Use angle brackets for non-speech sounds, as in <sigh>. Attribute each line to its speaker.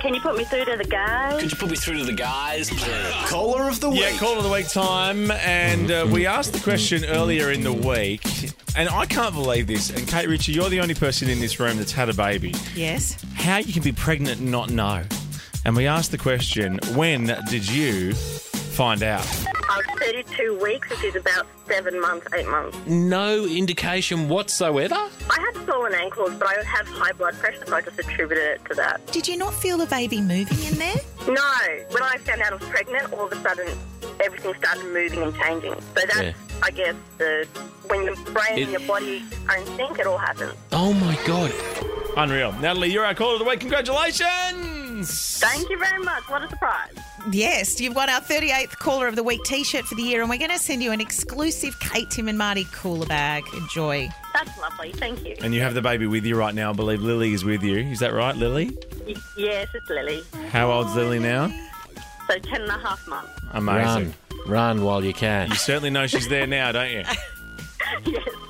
Speaker 1: Can you put me through to the guys?
Speaker 2: Could you put me through to the guys, please?
Speaker 3: Caller of the week.
Speaker 4: Yeah, call of the week time. And uh, we asked the question earlier in the week, and I can't believe this. And Kate Ritchie, you're the only person in this room that's had a baby.
Speaker 5: Yes.
Speaker 4: How you can be pregnant and not know? And we asked the question, when did you find out?
Speaker 1: I was 32 weeks, which is about seven months, eight months.
Speaker 2: No indication whatsoever.
Speaker 1: I had swollen ankles, but I have high blood pressure, so I just attributed it to that.
Speaker 5: Did you not feel the baby moving in there?
Speaker 1: No, when I found out I was pregnant, all of a sudden everything started moving and changing. So that's,
Speaker 2: Yeah.
Speaker 1: I guess, the when your brain
Speaker 2: It-
Speaker 1: and your body are in sync, it all happens.
Speaker 2: Oh my god.
Speaker 4: Unreal. Natalie, you're our call of the week. Congratulations!
Speaker 1: Thank you very much. What a surprise.
Speaker 5: Yes, you've won our 38th caller of the week t shirt for the year, and we're going to send you an exclusive Kate, Tim, and Marty cooler bag. Enjoy.
Speaker 1: That's lovely. Thank you.
Speaker 4: And you have the baby with you right now. I believe Lily is with you. Is that right, Lily?
Speaker 1: Y- Yes, it's Lily.
Speaker 4: How old's Lily now?
Speaker 1: So ten and a half months. <laughs>
Speaker 4: Amazing.
Speaker 2: Run. Run while you can.
Speaker 4: You certainly know she's there now, don't you?
Speaker 1: yes.